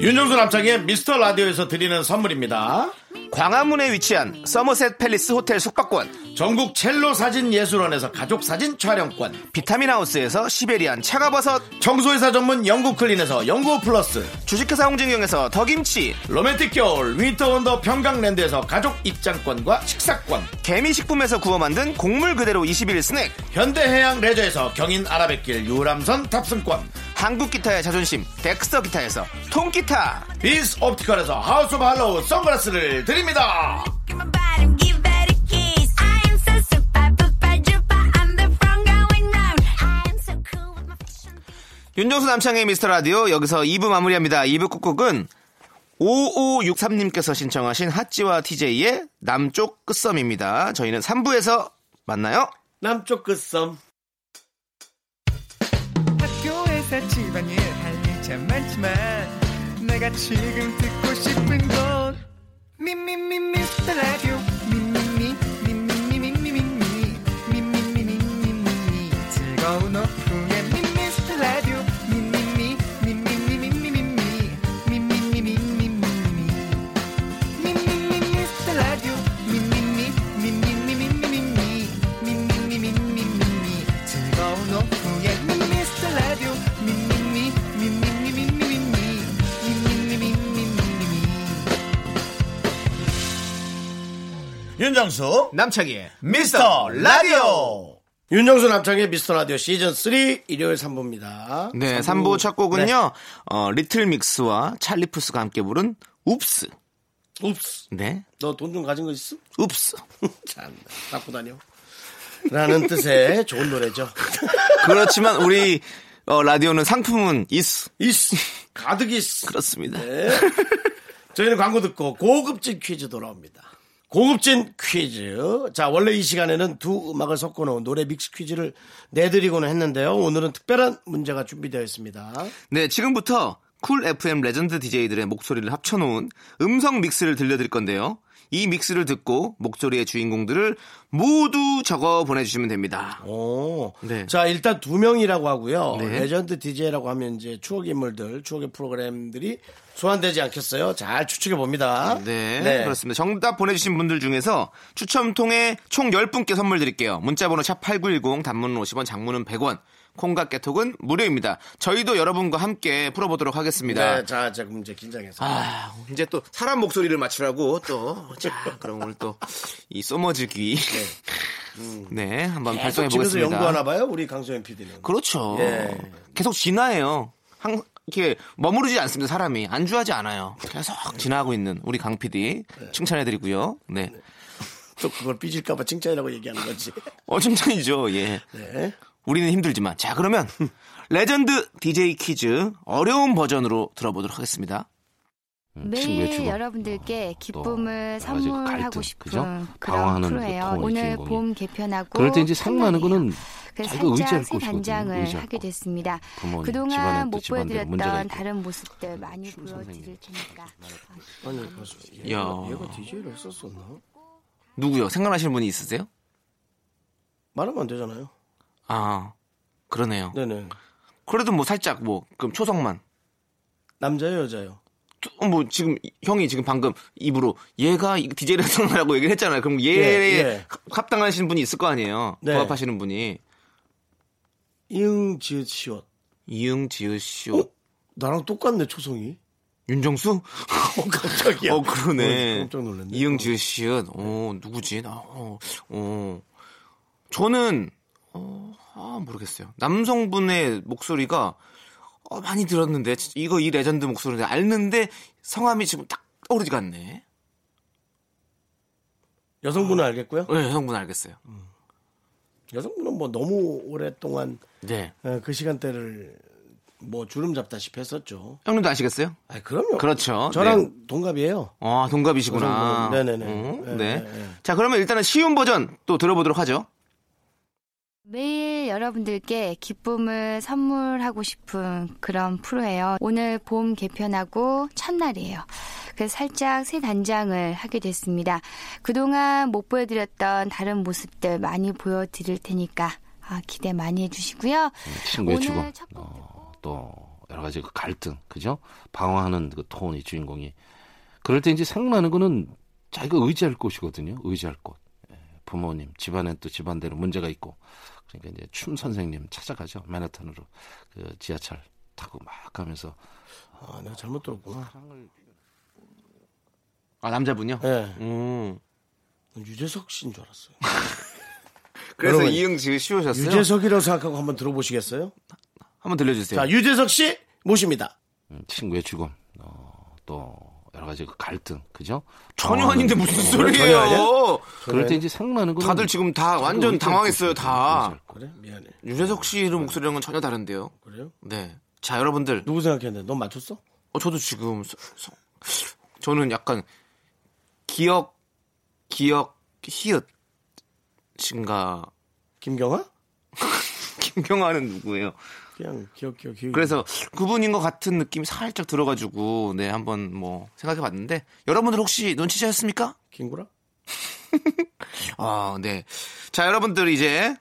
윤정수 남창의 미스터 라디오에서 드리는 선물입니다.
광화문에 위치한 서머셋 팰리스 호텔 숙박권,
전국 첼로 사진 예술원에서 가족 사진 촬영권,
비타민 하우스에서 시베리안 차가버섯,
청소회사 전문 영국 클린에서 영구 플러스,
주식회사 홍진경에서 더김치,
로맨틱 겨울 위터 원더 평강랜드에서 가족 입장권과 식사권,
개미식품에서 구워 만든 곡물 그대로 21 스낵,
현대해양 레저에서 경인 아라뱃길 유람선 탑승권,
한국 기타의 자존심 덱스터 기타에서 통기타
비스 옵티컬에서 하우스 오브 할로우 선글라스를 드립니다.
윤정수 남창의 미스터 라디오 여기서 2부 마무리합니다 2부 꾹꾹은 5563님께서 신청하신 핫지와 TJ의 남쪽 끝섬입니다 저희는 3부에서 만나요
남쪽 끝섬.
학교에서 집안일 할 일 참 많지만 내가 지금 듣고 싶은 건 미미미 미스터 라디오 미미미 미미미 미미미 미미미 미미미 즐거운 오후에 미스터 라디오 미미미 미미미 미미미 미미미 미미미
윤정수
남창희의
미스터 라디오
윤정수 남창의 미스터 라디오 시즌 3 일요일 3부입니다.
네 3부 첫 곡은요 어, 리틀 믹스와 찰리 푸스가 함께 부른 웁스
읍스.
네
너 돈 좀 가진 거 있어?
웁스
참, 갖고 다녀. 라는 뜻의 좋은 노래죠.
그렇지만 우리 어, 라디오는 상품은 있어
이스. 가득 이스.
그렇습니다
네. 저희는 광고 듣고 고급진 퀴즈 돌아옵니다. 고급진 퀴즈. 자, 원래 이 시간에는 두 음악을 섞어놓은 노래 믹스 퀴즈를 내드리고는 했는데요. 오늘은 특별한 문제가 준비되어 있습니다.
네, 지금부터 쿨 FM 레전드 DJ들의 목소리를 합쳐놓은 음성 믹스를 들려드릴 건데요. 이 믹스를 듣고 목소리의 주인공들을 모두 적어 보내주시면 됩니다.
오.
네.
자, 일단 두 명이라고 하고요.
네.
레전드 DJ라고 하면 이제 추억의 인물들, 추억의 프로그램들이 소환되지 않겠어요? 잘 추측해 봅니다.
네, 그렇습니다. 정답 보내주신 분들 중에서 추첨 통해 총 10분께 선물 드릴게요. 문자번호 샵8910 단문은 50원 장문은 100원 콩과 깨톡은 무료입니다. 저희도 여러분과 함께 풀어보도록 하겠습니다.
네, 자, 제가 이제 긴장해서.
아, 이제 또 사람 목소리를 맞추라고 또, 자, 그럼 오늘 또 이 소머지기. 네, 한번 발송해
계속 집에서
보겠습니다.
연구하나 봐요, 우리 강소연 PD는.
그렇죠.
예.
계속 진화해요. 항, 이렇게 머무르지 않습니다. 사람이 안주하지 않아요. 계속 진화하고 있는 우리 강 PD 칭찬해드리고요. 네,
또 그걸 삐질까봐 칭찬이라고 얘기하는 거지.
어 칭찬이죠. 예,
네.
우리는 힘들지만 자 그러면 레전드 DJ 퀴즈 어려운 버전으로 들어보도록 하겠습니다.
매일 네,
어,
여러분들께 기쁨을
그
선물하고 싶은 그런
방황하는
프로예요.
고통의
오늘
주인공이.
봄 개편하고
그럴 때 이제 생마는
끝날이에요.
거는
그래서
자기가 의지할
살짝 새
것이거든요.
단장을
의지할
하게
것.
됐습니다.
부모님, 집안에
그동안
또
못
집안에 문제가
보여드렸던
있고.
다른 모습들 많이 보여드릴 테니까
아니, 그래서
야.
얘가, 얘가 DJ를 했었었나?
누구요? 생각나시는 분이 있으세요?
말하면 안 되잖아요.
아, 그러네요.
네네.
그래도 뭐 살짝 뭐 그럼 초성만.
남자예요, 여자예요?
어, 뭐 지금 형이 지금 방금 입으로 얘가 디제이를 했다라고 얘기를 했잖아요. 그럼 얘에
예, 예.
합당하시는 분이 있을 거 아니에요.
네.
부합하시는 분이
이응, 지읒, 시옷.
이응, 지으 씨,
어? 나랑 똑같네, 초성이.
윤정수?
어, 깜짝이야.
어 그러네.
어, 깜짝 놀랐네.
이응, 지으 씨, 어 누구지? 나, 어, 어. 저는 어, 아 모르겠어요. 남성분의 목소리가 어, 많이 들었는데 진- 이거 이 레전드 목소리인데 알는데 성함이 지금 딱 떠오르지가 않네.
여성분은 알겠고요.
네, 형분 알겠어요.
여성분은 뭐 너무 오랫동안
네.
어, 그 시간대를 뭐 주름 잡다시피 했었죠.
형님도 아시겠어요?
아 그럼요.
그렇죠. 네.
저랑 동갑이에요.
아, 동갑이시구나.
그 정도는. 네네네.
어,
네,
네.
네, 네.
자, 그러면 일단은 쉬운 버전 또 들어보도록 하죠.
매일 여러분들께 기쁨을 선물하고 싶은 그런 프로예요. 오늘 봄 개편하고 첫날이에요. 그래서 살짝 새 단장을 하게 됐습니다. 그동안 못 보여드렸던 다른 모습들 많이 보여드릴 테니까 아, 기대 많이 해주시고요.
친구의
오늘
죽음,
첫 곡
어, 또 여러 가지 그 갈등, 그죠? 방황하는 그 톤이 주인공이. 그럴 때 이제 생각나는 거는 자기가 의지할 곳이거든요. 의지할 곳. 예, 부모님, 집안엔 또 집안대로 문제가 있고. 그러니까 이제 춤 선생님 찾아가죠. 맨하탄으로 그 지하철 타고 막 가면서
아 내가 잘못 들었구나.
아, 남자분요?
예.
음.
유재석 씨인 줄 알았어요.
그래서
여러분,
이응 지금 쉬우셨어요?
유재석이라고 생각하고 한번 들어보시겠어요?
한번 들려주세요.
자 유재석 씨 모십니다.
음, 친구의 죽음, 어, 또 여러 가지 그 갈등, 그죠?
전혀 아닌데 무슨
전혀 아니야?
소리예요?
네. 어, 그럴 때 이제 생각나는 거는
다들 지금 다 완전 당황했어요, 다.
그래 미안해.
유재석 씨의 목소리랑은 전혀 다른데요.
그래요?
네. 자, 여러분들.
누구 생각했는데 넌 맞췄어?
어, 저도 지금 서- 서- 저는 약간 기억 기억 히읗인가
김경아?
김경아는 누구예요?
그냥 기억 기억 기억.
그래서 그분인 것 같은 느낌이 살짝 들어가지고 네 한번 뭐 생각해봤는데 여러분들 혹시 눈치채셨습니까?
김구라?
아 네. 자 여러분들 이제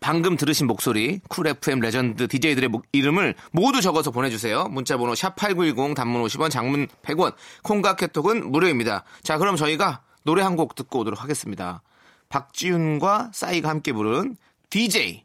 방금 들으신 목소리 쿨 FM 레전드 DJ들의 이름을 모두 적어서 보내주세요. 문자번호 샵8910 단문 50원 장문 100원 콩과 캐톡은 무료입니다. 자 그럼 저희가 노래 한 곡 듣고 오도록 하겠습니다. 박지윤과 싸이가 함께 부른 DJ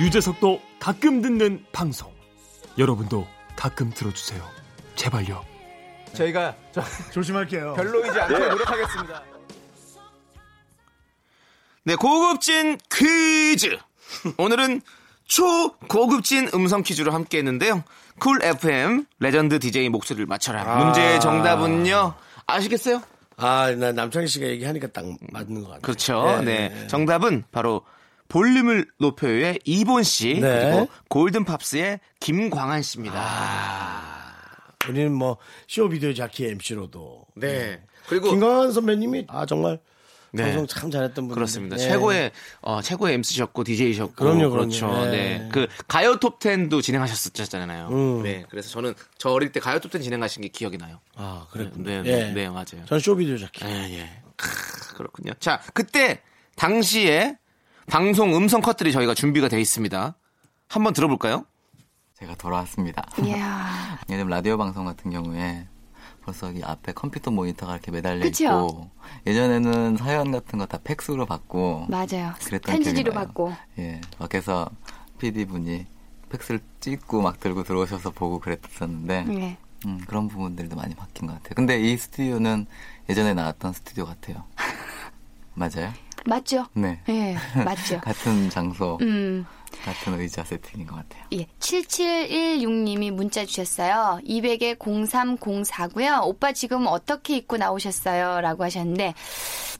유재석도 가끔 듣는 방송. 여러분도 가끔 들어주세요. 제발요.
저희가 저-
조심할게요.
별로이지 않게 노력하겠습니다. 네, 고급진 퀴즈. 오늘은 초고급진 음성 퀴즈로 함께 했는데요. 아. 쿨 FM 레전드 DJ 목소리를 맞춰라. 문제의 정답은요. 아시겠어요?
아, 나 남창희 씨가 얘기하니까 딱 맞는 것 같아요.
그렇죠.
예,
네.
예.
정답은 바로 볼륨을 높여요의 이본 씨
네.
그리고 골든 팝스의 김광한 씨입니다. 아.
우리는 뭐 쇼비디오 자키 MC로도
네. 그리고
김광환 선배님이 아 정말
네.
방송 참 잘했던 분
그렇습니다. 최고의 어, 최고의 MC셨고 DJ셨고
네. 그럼요, 그럼요.
그렇죠.
네.
네. 그 가요 톱10도 진행하셨었잖아요.
음.
네. 그래서 저는 저 어릴 때 가요 톱10 진행하신 게 기억이 나요.
아 그랬군요.
네, 네,
예.
네, 맞아요.
전 쇼비디오 자키.
예, 예. 크, 그렇군요. 자, 그때 당시에 방송 음성 컷들이 저희가 준비가 돼 있습니다. 한번 들어볼까요?
제가 돌아왔습니다.
이야.
예를 들면 라디오 방송 같은 경우에 벌써 이 앞에 컴퓨터 모니터가 이렇게 매달려
그쵸?
있고 예전에는 사연 같은 거 다 팩스로 받고
맞아요.
그랬던
편지지로
기억이 나요.
받고.
예 밖에서 PD 분이 팩스를 찍고 막 들고 들어오셔서 보고 그랬었는데
네.
음, 그런 부분들도 많이 바뀐 것 같아요. 근데 이 스튜디오는 예전에 나왔던 스튜디오 같아요. 맞아요?
맞죠?
네.
예, 맞죠.
같은 장소,
음.
같은 의자 세팅인 것 같아요.
예, 7716님이 문자 주셨어요. 200에 0304고요. 오빠 지금 어떻게 입고 나오셨어요? 라고 하셨는데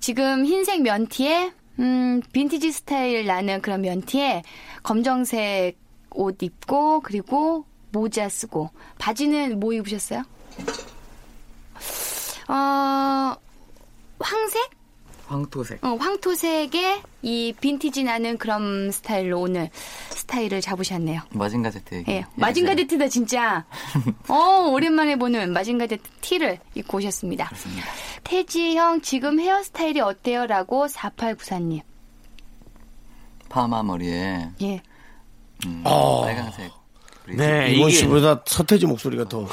지금 흰색 면티에 음, 빈티지 스타일 나는 그런 면티에 검정색 옷 입고 그리고 모자 쓰고 바지는 뭐 입으셨어요? 어, 황색?
황토색.
어, 황토색에 이 빈티지 나는 그런 스타일로 오늘 스타일을 잡으셨네요.
마징가 제트 얘기.
예, 마징가 데트다 진짜. 어, 오랜만에 보는 마징가 데트 티를 입고 오셨습니다. 태지 형 지금 헤어스타일이 어때요라고 4894님.
파마 머리에
예.
음,
어.
빨간색.
네,
이건
아, 이게-
씨보다 서태지 목소리가 더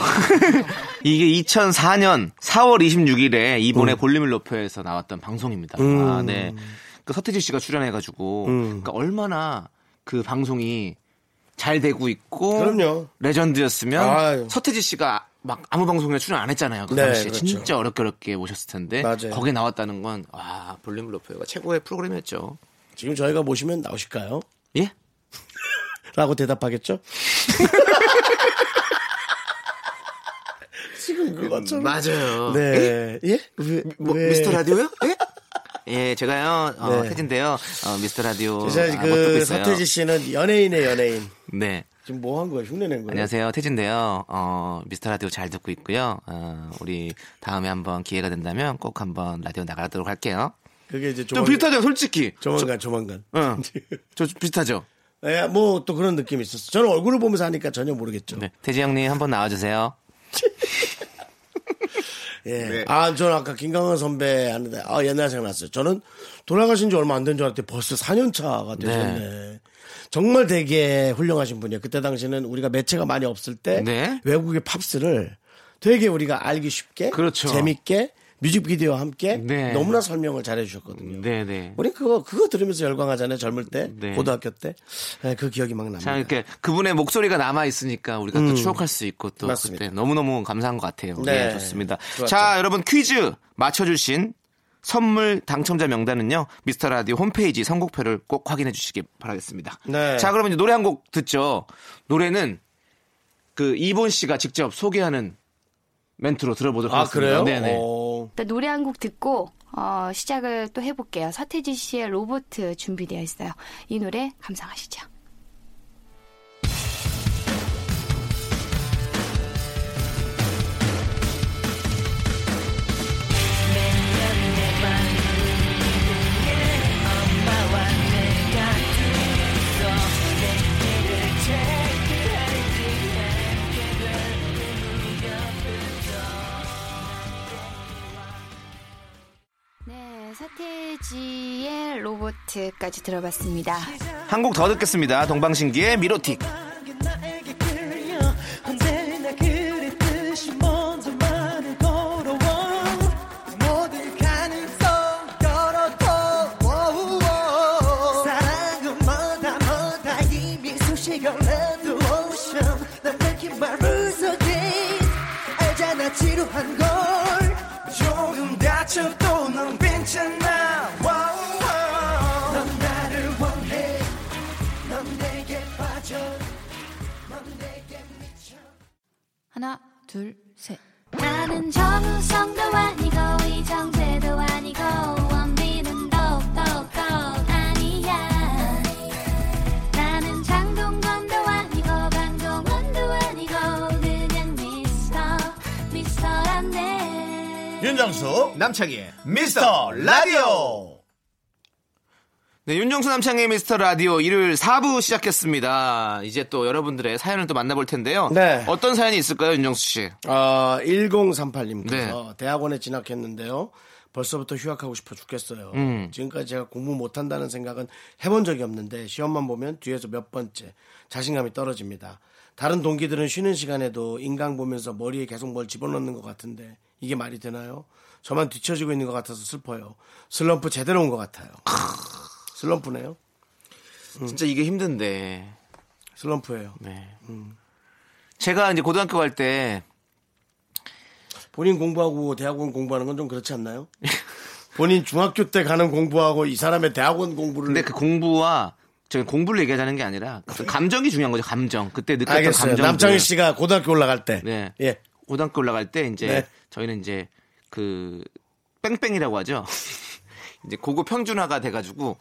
이게 2004년 4월 26일에 이번에
음.
볼륨을 높여에서 나왔던 방송입니다. 아, 네. 그 서태지 씨가 출연해가지고
음.
그러니까 얼마나 그 방송이 잘 되고 있고
그럼요.
레전드였으면
아유.
서태지 씨가 막 아무 방송에 출연 안 했잖아요. 그
네,
당시에
그렇죠.
진짜 어렵게 어렵게 모셨을 텐데
맞아요.
거기에 나왔다는 건 아, 볼륨을 높여가 최고의 프로그램이었죠.
지금 저희가 모시면 나오실까요?
예?
라고 대답하겠죠? 지금 그것처럼
맞아요.
네. 예? 왜,
뭐,
왜?
어. 미스터 라디오요? 예? 예, 제가요, 어,
네.
태진데요, 어, 미스터 라디오.
사실
아, 못
그
듣겠어요.
서태지 씨는 연예인의 연예인.
네.
지금 뭐 한 거야? 흉내 낸 거야?
안녕하세요, 태진데요. 어, 미스터 라디오 잘 듣고 있고요. 어, 우리 다음에 한번 기회가 된다면 꼭 한번 라디오 나가도록 할게요.
그게 이제
좀 어.
조만간,
비슷하죠, 솔직히.
조만간, 조만간.
응. 저 비슷하죠.
예, 뭐 또 그런 느낌이 있었어. 저는 얼굴을 보면서 하니까 전혀 모르겠죠.
네. 태진 형님 한번 나와주세요.
예.
네.
아, 저는 아까 김강은 선배 하는데, 아, 옛날 생각났어요. 저는 돌아가신 지 얼마 안 된 줄 알았더니 벌써 4년 차가 되셨네. 정말 되게 훌륭하신 분이에요. 그때 당시는 우리가 매체가 많이 없을 때
네.
외국의 팝스를 되게 우리가 알기 쉽게,
그렇죠.
재밌게 뮤직비디오와 함께
네.
너무나 설명을 잘해 주셨거든요.
네네.
우리 그거 그거 들으면서 열광하잖아요. 젊을 때,
네.
고등학교 때. 예, 그 기억이 막 납니다.
자, 이렇게 그분의 목소리가 남아 있으니까 우리가 또 추억할 수 있고 또
음. 맞습니다.
그때 너무너무 감사한 것 같아요.
네.
네, 좋습니다.
좋았죠.
자, 여러분 퀴즈 맞춰주신 선물 당첨자 명단은요 미스터 라디오 홈페이지 선곡표를 꼭 확인해 주시기 바라겠습니다.
네.
자, 그러면 이제 노래 한 곡 듣죠. 노래는 그 이본 씨가 직접 소개하는 멘트로 들어보도록
아,
하겠습니다.
그래요?
네네.
어.
일단 노래 한 곡 듣고 어, 시작을 또 해볼게요. 서태지 씨의 로보트 준비되어 있어요. 이 노래 감상하시죠. 네, 서태지의 로보트까지 들어봤습니다.
한 곡 더 듣겠습니다. 동방신기의 미로틱.
어, 나에게 끌려 언제나 그랬듯이 먼저 말을 걸어와 모든 가능성 걸어둬 사랑은 뭐다 뭐다 이미 수식을 내두오션 난 뺏긴 말을 서지 알잖아 지루한 걸 조금 다쳐도 넌 괜찮아 와우. 넌 나를 원해 넌 내게 빠져
하나, 둘, 셋.
나는 정우성도 아니고 이정재도 아니고 원빈은 더욱더 아니야 나는 장동건도 아니고 강동원도 아니고 그냥 미스터 미스터란데
윤정수 남창희의 미스터 라디오
네, 윤정수 남창의 미스터 라디오 일요일 4부 시작했습니다. 이제 또 여러분들의 사연을 또 만나볼 텐데요.
네.
어떤 사연이 있을까요, 윤정수 씨?
어, 1038님께서 대학원에 진학했는데요. 벌써부터 휴학하고 싶어 죽겠어요.
음.
지금까지 제가 공부 못한다는 생각은 해본 적이 없는데 시험만 보면 뒤에서 몇 번째 자신감이 떨어집니다. 다른 동기들은 쉬는 시간에도 인강 보면서 머리에 계속 뭘 집어넣는 것 같은데 이게 말이 되나요? 저만 뒤처지고 있는 것 같아서 슬퍼요. 슬럼프 제대로 온 것 같아요. 슬럼프네요.
진짜 이게 힘든데.
슬럼프예요.
네. 제가 이제 고등학교 갈 때
본인 공부하고 대학원 공부하는 건 좀 그렇지 않나요? 본인 중학교 때 가는 공부하고 이 사람의 대학원 공부를
근데 그 공부와 저 공부를 얘기하자는 게 아니라 그 감정이 중요한 거죠. 감정. 그때 느꼈던
알겠어요.
감정.
남창희 씨가 고등학교 올라갈 때
네.
예.
고등학교 올라갈 때 이제
네.
저희는 이제 그 뺑뺑이라고 하죠. 이제 고급 평준화가 돼가지고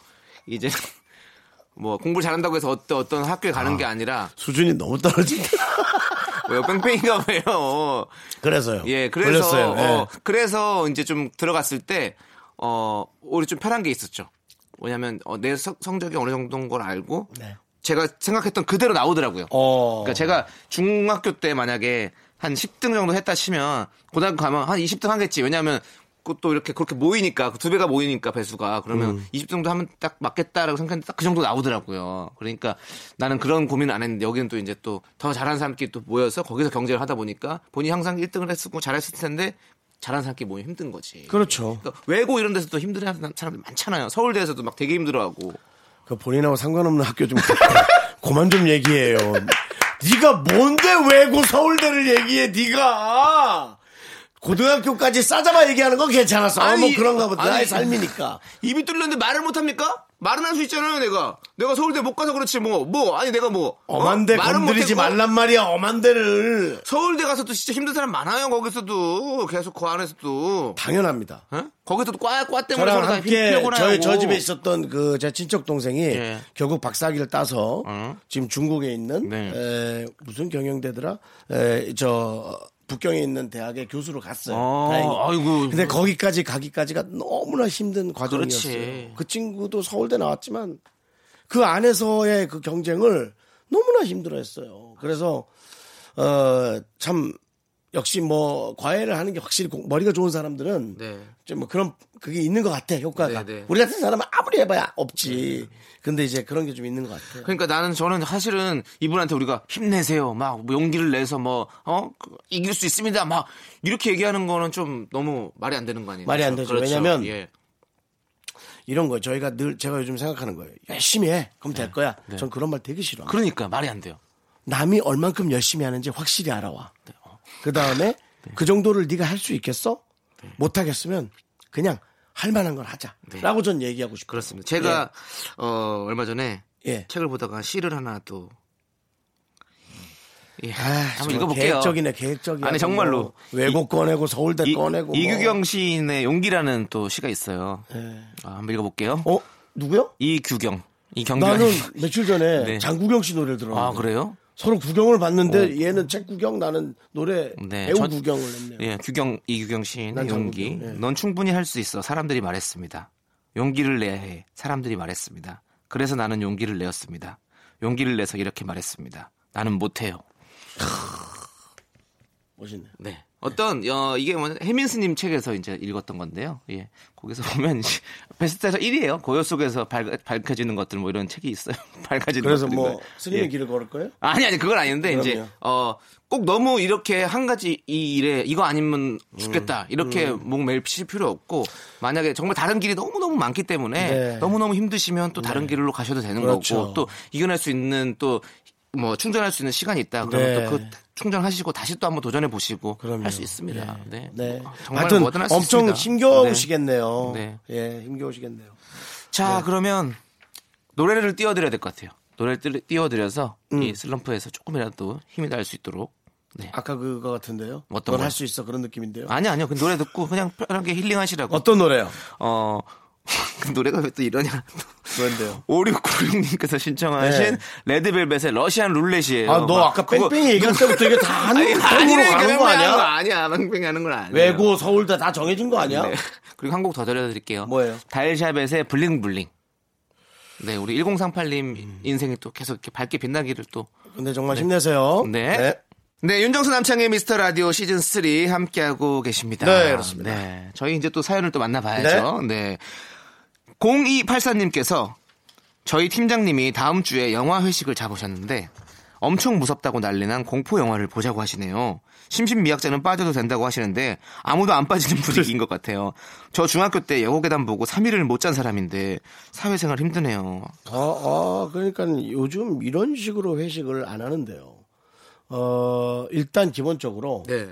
이제 뭐 공부 를 잘한다고 해서 어떤 어떤 학교에 가는 게 아니라
수준이 너무 떨어진다.
왜요 뺑뺑이가 왜요?
그래서요.
예,
걸렸어요.
그래서
예.
어, 그래서 이제 좀 들어갔을 때 어, 우리 좀 편한 게 있었죠. 뭐냐면 어, 내 성- 성적이 어느 정도인 걸 알고
네.
제가 생각했던 그대로 나오더라고요.
어.
그러니까 제가 중학교 때 만약에 한 10등 정도 했다 치면 고등학교 가면 한 20등 하겠지. 왜냐하면 그또 이렇게 그렇게 모이니까 그두 배가 모이니까 배수가 그러면
음.
20 정도 하면 딱 맞겠다라고 생각했는데 딱 그 정도 나오더라고요. 그러니까 나는 그런 고민을 안 했는데 여기는 또 이제 또 더 잘하는 사람끼리 또 모여서 거기서 경쟁을 하다 보니까 본인이 항상 1등을 했었고 잘했을 텐데 잘하는 사람끼리 모이면 힘든 거지.
그렇죠.
그러니까 외고 이런 데서 또 힘들어하는 사람들 많잖아요. 서울대에서도 막 되게 힘들어하고.
그 본인하고 상관없는 학교 좀 그만 좀 얘기해요. 네가 뭔데 외고 서울대를 얘기해? 네가 고등학교까지 싸잡아 얘기하는 건 괜찮았어. 아, 뭐 그런가 보다. 나의 삶이니까.
입이 뚫렸는데 말을 못합니까? 말은 할 수 있잖아요, 내가. 내가 서울대 못 가서 그렇지, 뭐, 뭐, 아니, 내가 뭐. 어?
엄한데
말은
건드리지
못했고.
말란 말이야. 엄한 데를.
서울대 가서 또 진짜 힘든 사람 많아요, 거기서도. 계속 그 안에서도.
당연합니다.
거기서 또 꽈, 꽈 때문에
저랑
서로 다
함께
힘들고 예.
저희 저 집에 있었던 그 제 친척 동생이 결국 박사학위를 따서
어?
지금 중국에 있는
네.
에, 무슨 경영대더라 에, 저 북경에 있는 대학의 교수로 갔어요.
아,
다행히.
아이고.
근데 거기까지 가기까지가 너무나 힘든 과정이었어요.
그렇지.
그 친구도 서울대 나왔지만 그 안에서의 그 경쟁을 너무나 힘들어했어요. 그래서 어, 참 역시 뭐 과외를 하는 게 확실히 공- 머리가 좋은 사람들은 좀 뭐 그런 그게 있는 것 같아 효과가
네, 네.
우리 같은 사람은 아무리 해봐야 없지 근데 이제 그런 게 좀 있는 것 같아요
그러니까 나는 저는 사실은 이분한테 우리가 힘내세요. 막뭐 용기를 내서 뭐, 어? 그, 이길 수 있습니다. 막 이렇게 얘기하는 거는 좀 너무 말이 안 되는 거 아니에요?
말이 안 되죠.
그렇죠.
왜냐면
예.
이런 거 저희가 늘 제가 요즘 생각하는 거예요 열심히 해 그럼
네.
될 거야 전 그런 말 되게 싫어
그러니까 말이 안 돼요.
남이 얼만큼 열심히 하는지 확실히 알아와 그 다음에 그 정도를 네가 할 수 있겠어 못하겠으면 그냥 할 만한 걸 하자라고 전 얘기하고 싶어요
네. 그렇습니다. 제가 어, 얼마 전에
예.
책을 보다가 시를 하나 또 예. 한번
아, 정말
읽어볼게요.
계획적이네, 계획적이야.
아니 정말로
뭐 외국 꺼내고 서울대
이,
꺼내고 뭐.
이규경 시인의 용기라는 또 시가 있어요. 아, 한번 읽어볼게요.
예. 어 누구요?
이규경. 이경규
나는
아니고.
며칠 전에
네.
장구경 씨 노래를 들었는데
아 그래요?
서로 구경을 봤는데 얘는 책 구경 나는 노래
네,
배우
저-
구경을 했네요.
예, 규경 이규경 시인의
난
용기.
장국영, 예.
넌 충분히 할 수 있어. 사람들이 말했습니다. 용기를 내야 해. 사람들이 말했습니다. 그래서 나는 용기를 내었습니다. 용기를 내서 이렇게 말했습니다. 나는 못해요.
멋있네.
네. 어떤 어, 이게 뭐 해민스님 책에서 이제 읽었던 건데요. 예, 거기서 보면 이제 베스트에서 1위예요. 고요 속에서 밝, 밝혀지는 것들 뭐 이런 책이 있어요. 밝아지는
그래서
것들
뭐 스님의
예.
길을 걸을 거예요?
아니 아니 그건 아닌데 이제
그럼요.
어 꼭 너무 이렇게 한 가지 이 일에 이거 아니면
음.
죽겠다 이렇게 목매일 피실 필요 없고 만약에 정말 다른 길이 너무 너무 많기 때문에
네.
너무 너무 힘드시면 또 다른 길로 가셔도 되는
그렇죠.
거고 또 이겨낼 수 있는 또 뭐 충전할 수 있는 시간이 있다 그러면
네.
또 그 충전하시고 다시 또 한번 도전해 보시고 할 수 있습니다. 네.
네.
정말
하여튼
뭐든 할수
엄청
있습니다.
힘겨우시겠네요.
네.
예, 힘겨우시겠네요.
자 그러면 노래를
음.
띄워드려야 될 것 같아요. 노래를 띄- 띄워드려서 이 슬럼프에서 조금이라도 힘이 날 수 있도록
아까 그거 같은데요.
어떤
넌
거요?
할 수 있어 그런 느낌인데요.
아니 아니요. 그 노래 듣고 그냥 편하게 힐링하시라고.
어떤 노래요?
어. 그 노래가 왜 또 이러냐.
뭔데요?
5696님께서 신청하신
네.
레드벨벳의 러시안 룰렛이에요.
아, 너
네, 어, 막
아까
그거-
뺑뺑이 얘기할 때부터 이게 다 하는
아니,
거, 뺑으로
아니래,
가는
그런
거
거야.
아니야?
그거 아니야. 뺑뺑이 하는 건 아니야.
외고 서울대 다 정해진 거 아니야?
네. 그리고 한 곡 더 들려드릴게요.
뭐예요?
달샤벳의 블링블링. 네, 우리 1038님
음.
인생이 또 계속 이렇게 밝게 빛나기를 또.
근데 정말 힘내세요.
네.
네.
네. 윤정수 남창의 미스터 라디오 시즌 3 함께하고 계십니다.
네, 그렇습니다.
네, 저희 이제 또 사연을 또 만나봐야죠. 네. 0284님께서 저희 팀장님이 다음 주에 영화 회식을 잡으셨는데 엄청 무섭다고 난리난 공포 영화를 보자고 하시네요. 심신미약자는 빠져도 된다고 하시는데 아무도 안 빠지는 분위기인 것 같아요. 저 중학교 때 여고괴담 보고 3일을 못 잔 사람인데 사회생활 힘드네요.
아, 아, 그러니까 요즘 이런 식으로 회식을 안 하는데요. 어, 일단 기본적으로
네.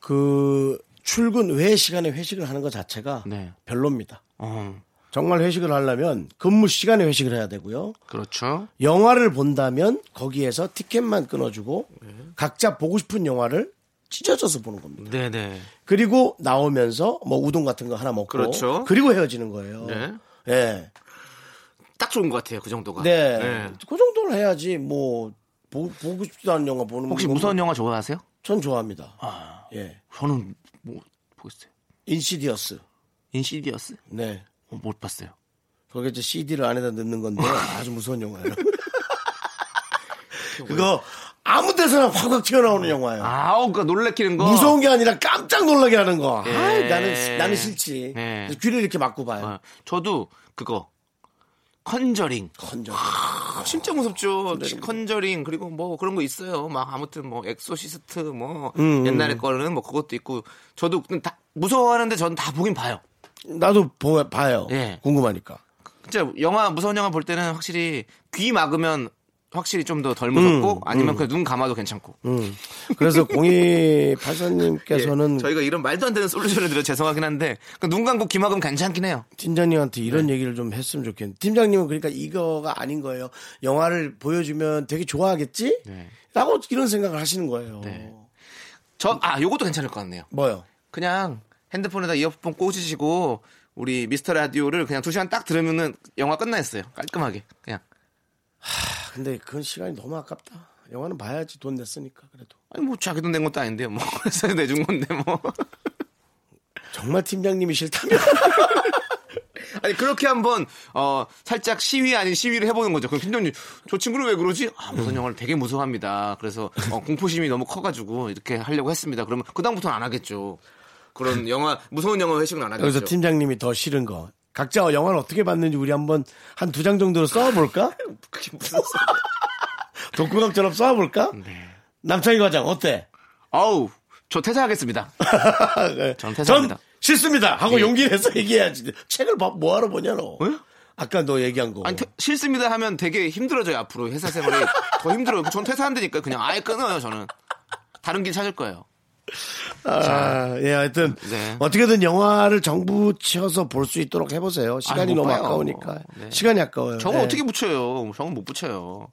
그 출근 외 시간에 회식을 하는 것 자체가
네.
별로입니다.
어,
정말 회식을 하려면 근무 시간에 회식을 해야 되고요.
그렇죠.
영화를 본다면 거기에서 티켓만 끊어주고 각자 보고 싶은 영화를 찢어져서 보는 겁니다.
네네.
그리고 나오면서 뭐 우동 같은 거 하나 먹고
그렇죠.
리고 헤어지는 거예요.
네.
예.
딱 좋은 것 같아요. 그 정도가.
네.
네.
그 정도는 해야지 뭐 보, 보고 싶지도 않은 영화 보는
혹시
건
무서운 영화 좋아하세요?
전 뭐, 좋아합니다. 예.
저는 뭐 보겠어요.
인시디어스.
인시디어스?
네.
어, 못 봤어요.
거기 이제 CD를 안에다 넣는 건데 아주 무서운 영화예요. 그거 아무 데서나 확확 튀어나오는 영화예요.
아, 어, 그러니까 놀래키는 거.
무서운 게 아니라 깜짝 놀라게 하는 거.
네.
아이, 나는 나는 싫지.
네.
그래서 귀를 이렇게 막고 봐요.
어, 저도 그거 컨저링.
건져. 아,
진짜 무섭죠.
네,
컨저링 그리고 뭐 그런 거 있어요. 막 아무튼 뭐 엑소시스트 뭐
음,
옛날에 거는 뭐 그것도 있고 저도 근데 다 무서워하는데 저는 다 보긴 봐요.
나도 보, 봐요.
예.
궁금하니까.
진짜 영화 무서운 영화 볼 때는 확실히 귀 막으면 확실히 좀 더 덜 무섭고 아니면 그냥 눈 감아도 괜찮고.
음. 그래서 공이
예,
파사님께서는
저희가 이런 말도 안 되는 솔루션을 드려 죄송하긴 한데 그눈 감고 귀 막으면 괜찮긴 해요.
팀장님한테 이런
네.
얘기를 좀 했으면 좋겠는데 팀장님은 그러니까 이거가 아닌 거예요. 영화를 보여주면 되게 좋아하겠지?
네.
라고 이런 생각을 하시는 거예요.
네. 저 아 요것도 괜찮을 것 같네요.
뭐요?
그냥 핸드폰에다 이어폰 꽂으시고 우리 미스터 라디오를 그냥 두 시간 딱 들으면은 영화 끝나 있어요. 깔끔하게 그냥.
아, 근데 그건 시간이 너무 아깝다. 영화는 봐야지 돈 냈으니까 그래도.
아니 뭐 자기 돈 낸 것도 아닌데요. 뭐 그래서 내준 건데 뭐.
정말 팀장님이 싫다면
아니 그렇게 한번 어 살짝 시위 아닌 시위를 해보는 거죠. 그럼 팀장님 저 친구는 왜 그러지? 아 무슨 영화를 되게 무서워합니다. 그래서 어, 공포심이 너무 커가지고 이렇게 하려고 했습니다. 그러면 그 다음부터는 안 하겠죠. 그런 영화 무서운 영화 회식은 안 하겠죠.
여기서 팀장님이 더 싫은 거. 각자 영화를 어떻게 봤는지 우리 한번 한 두 장 정도로 써볼까?
그게 무슨 소리야. 네.
독구감처럼 써볼까? 남창희 과장 어때?
아우 저 퇴사하겠습니다. 네. 전 퇴사합니다.
싫습니다. 하고
예.
용기 내서 얘기해야지. 책을 봐- 뭐하러 보냐 너.
왜?
아까 너 얘기한 거.
아니 퇴- 싫습니다 하면 되게 힘들어져요 앞으로 회사 생활이 더 힘들어요. 전 퇴사한다니까 그냥 아예 끊어요 저는. 다른 길 찾을 거예요.
아, 예, 하여튼
네.
어떻게든 영화를 정부 치어서 볼 수 있도록 해보세요. 시간이
아니, 못
너무
봐요.
아까우니까.
네.
시간이 아까워요.
정은
예.
어떻게 붙여요? 정은 못 붙여요.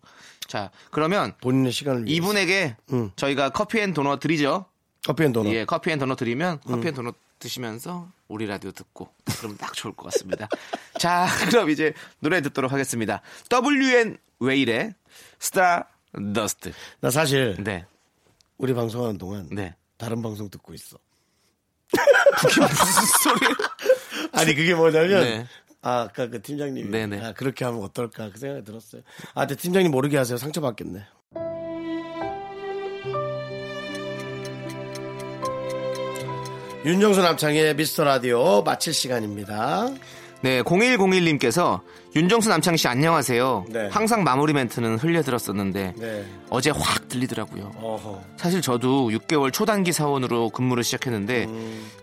자 그러면
본인의 시간을
네.
위해
이분에게
음.
저희가 커피 앤 도넛 드리죠.
커피앤도넛.
예, 커피 앤 도넛 드리면 커피 앤 도넛 드시면서 우리 라디오 듣고 그럼 딱 좋을 것 같습니다. 자, 그럼 이제 노래 듣도록 하겠습니다. WN 웨일의 스타 더스트.
나 사실
네,
우리 방송하는 동안
네.
다른 방송 듣고 있어.
그게 무슨 소리예요?
아니 그게 뭐냐면
네.
아, 아까 그 팀장님이
네네.
아, 그렇게 하면 어떨까 그 생각이 들었어요. 아, 근데 팀장님 모르게 하세요. 상처받겠네. 윤정수 남창의 미스터 라디오 마칠 시간입니다.
네, 0101님께서 윤정수 남창 씨 안녕하세요.
네.
항상 마무리 멘트는 흘려 들었었는데
네.
어제 확 들리더라고요.
어허.
사실 저도 6개월 초단기 사원으로 근무를 시작했는데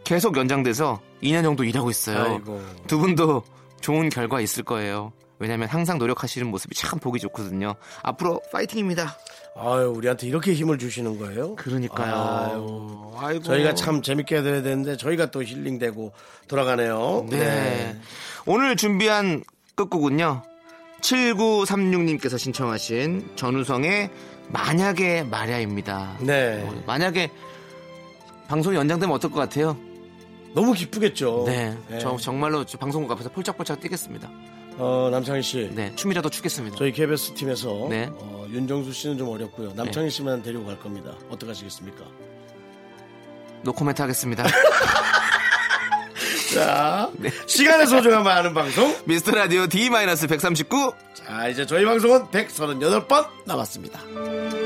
계속 연장돼서 2년 정도 일하고 있어요.
아이고.
두 분도 좋은 결과 있을 거예요. 왜냐면 항상 노력하시는 모습이 참 보기 좋거든요. 앞으로 파이팅입니다.
아유, 우리한테 이렇게 힘을 주시는 거예요?
그러니까요. 아이고.
저희가 참 재밌게 해드려야 되는데 저희가 또 힐링되고 돌아가네요.
네. 오늘 준비한 끝곡은요. 7936님께서 신청하신 전우성의 만약에 말야입니다.
네.
어, 만약에 방송이 연장되면 어떨 것 같아요?
너무 기쁘겠죠.
네.
네.
저 정말로 저 방송국 앞에서 폴짝폴짝 뛰겠습니다.
어, 남창희 씨.
네. 춤이라도 추겠습니다.
저희 KBS 팀에서
네.
어, 윤정수 씨는 좀 어렵고요. 남창희 씨만 데리고 갈 겁니다. 어떻게 하시겠습니까?
노코멘트 하겠습니다.
자, 시간의 소중함을 아는 방송.
미스터 라디오 D-139.
자, 이제 저희 방송은 138번 남았습니다.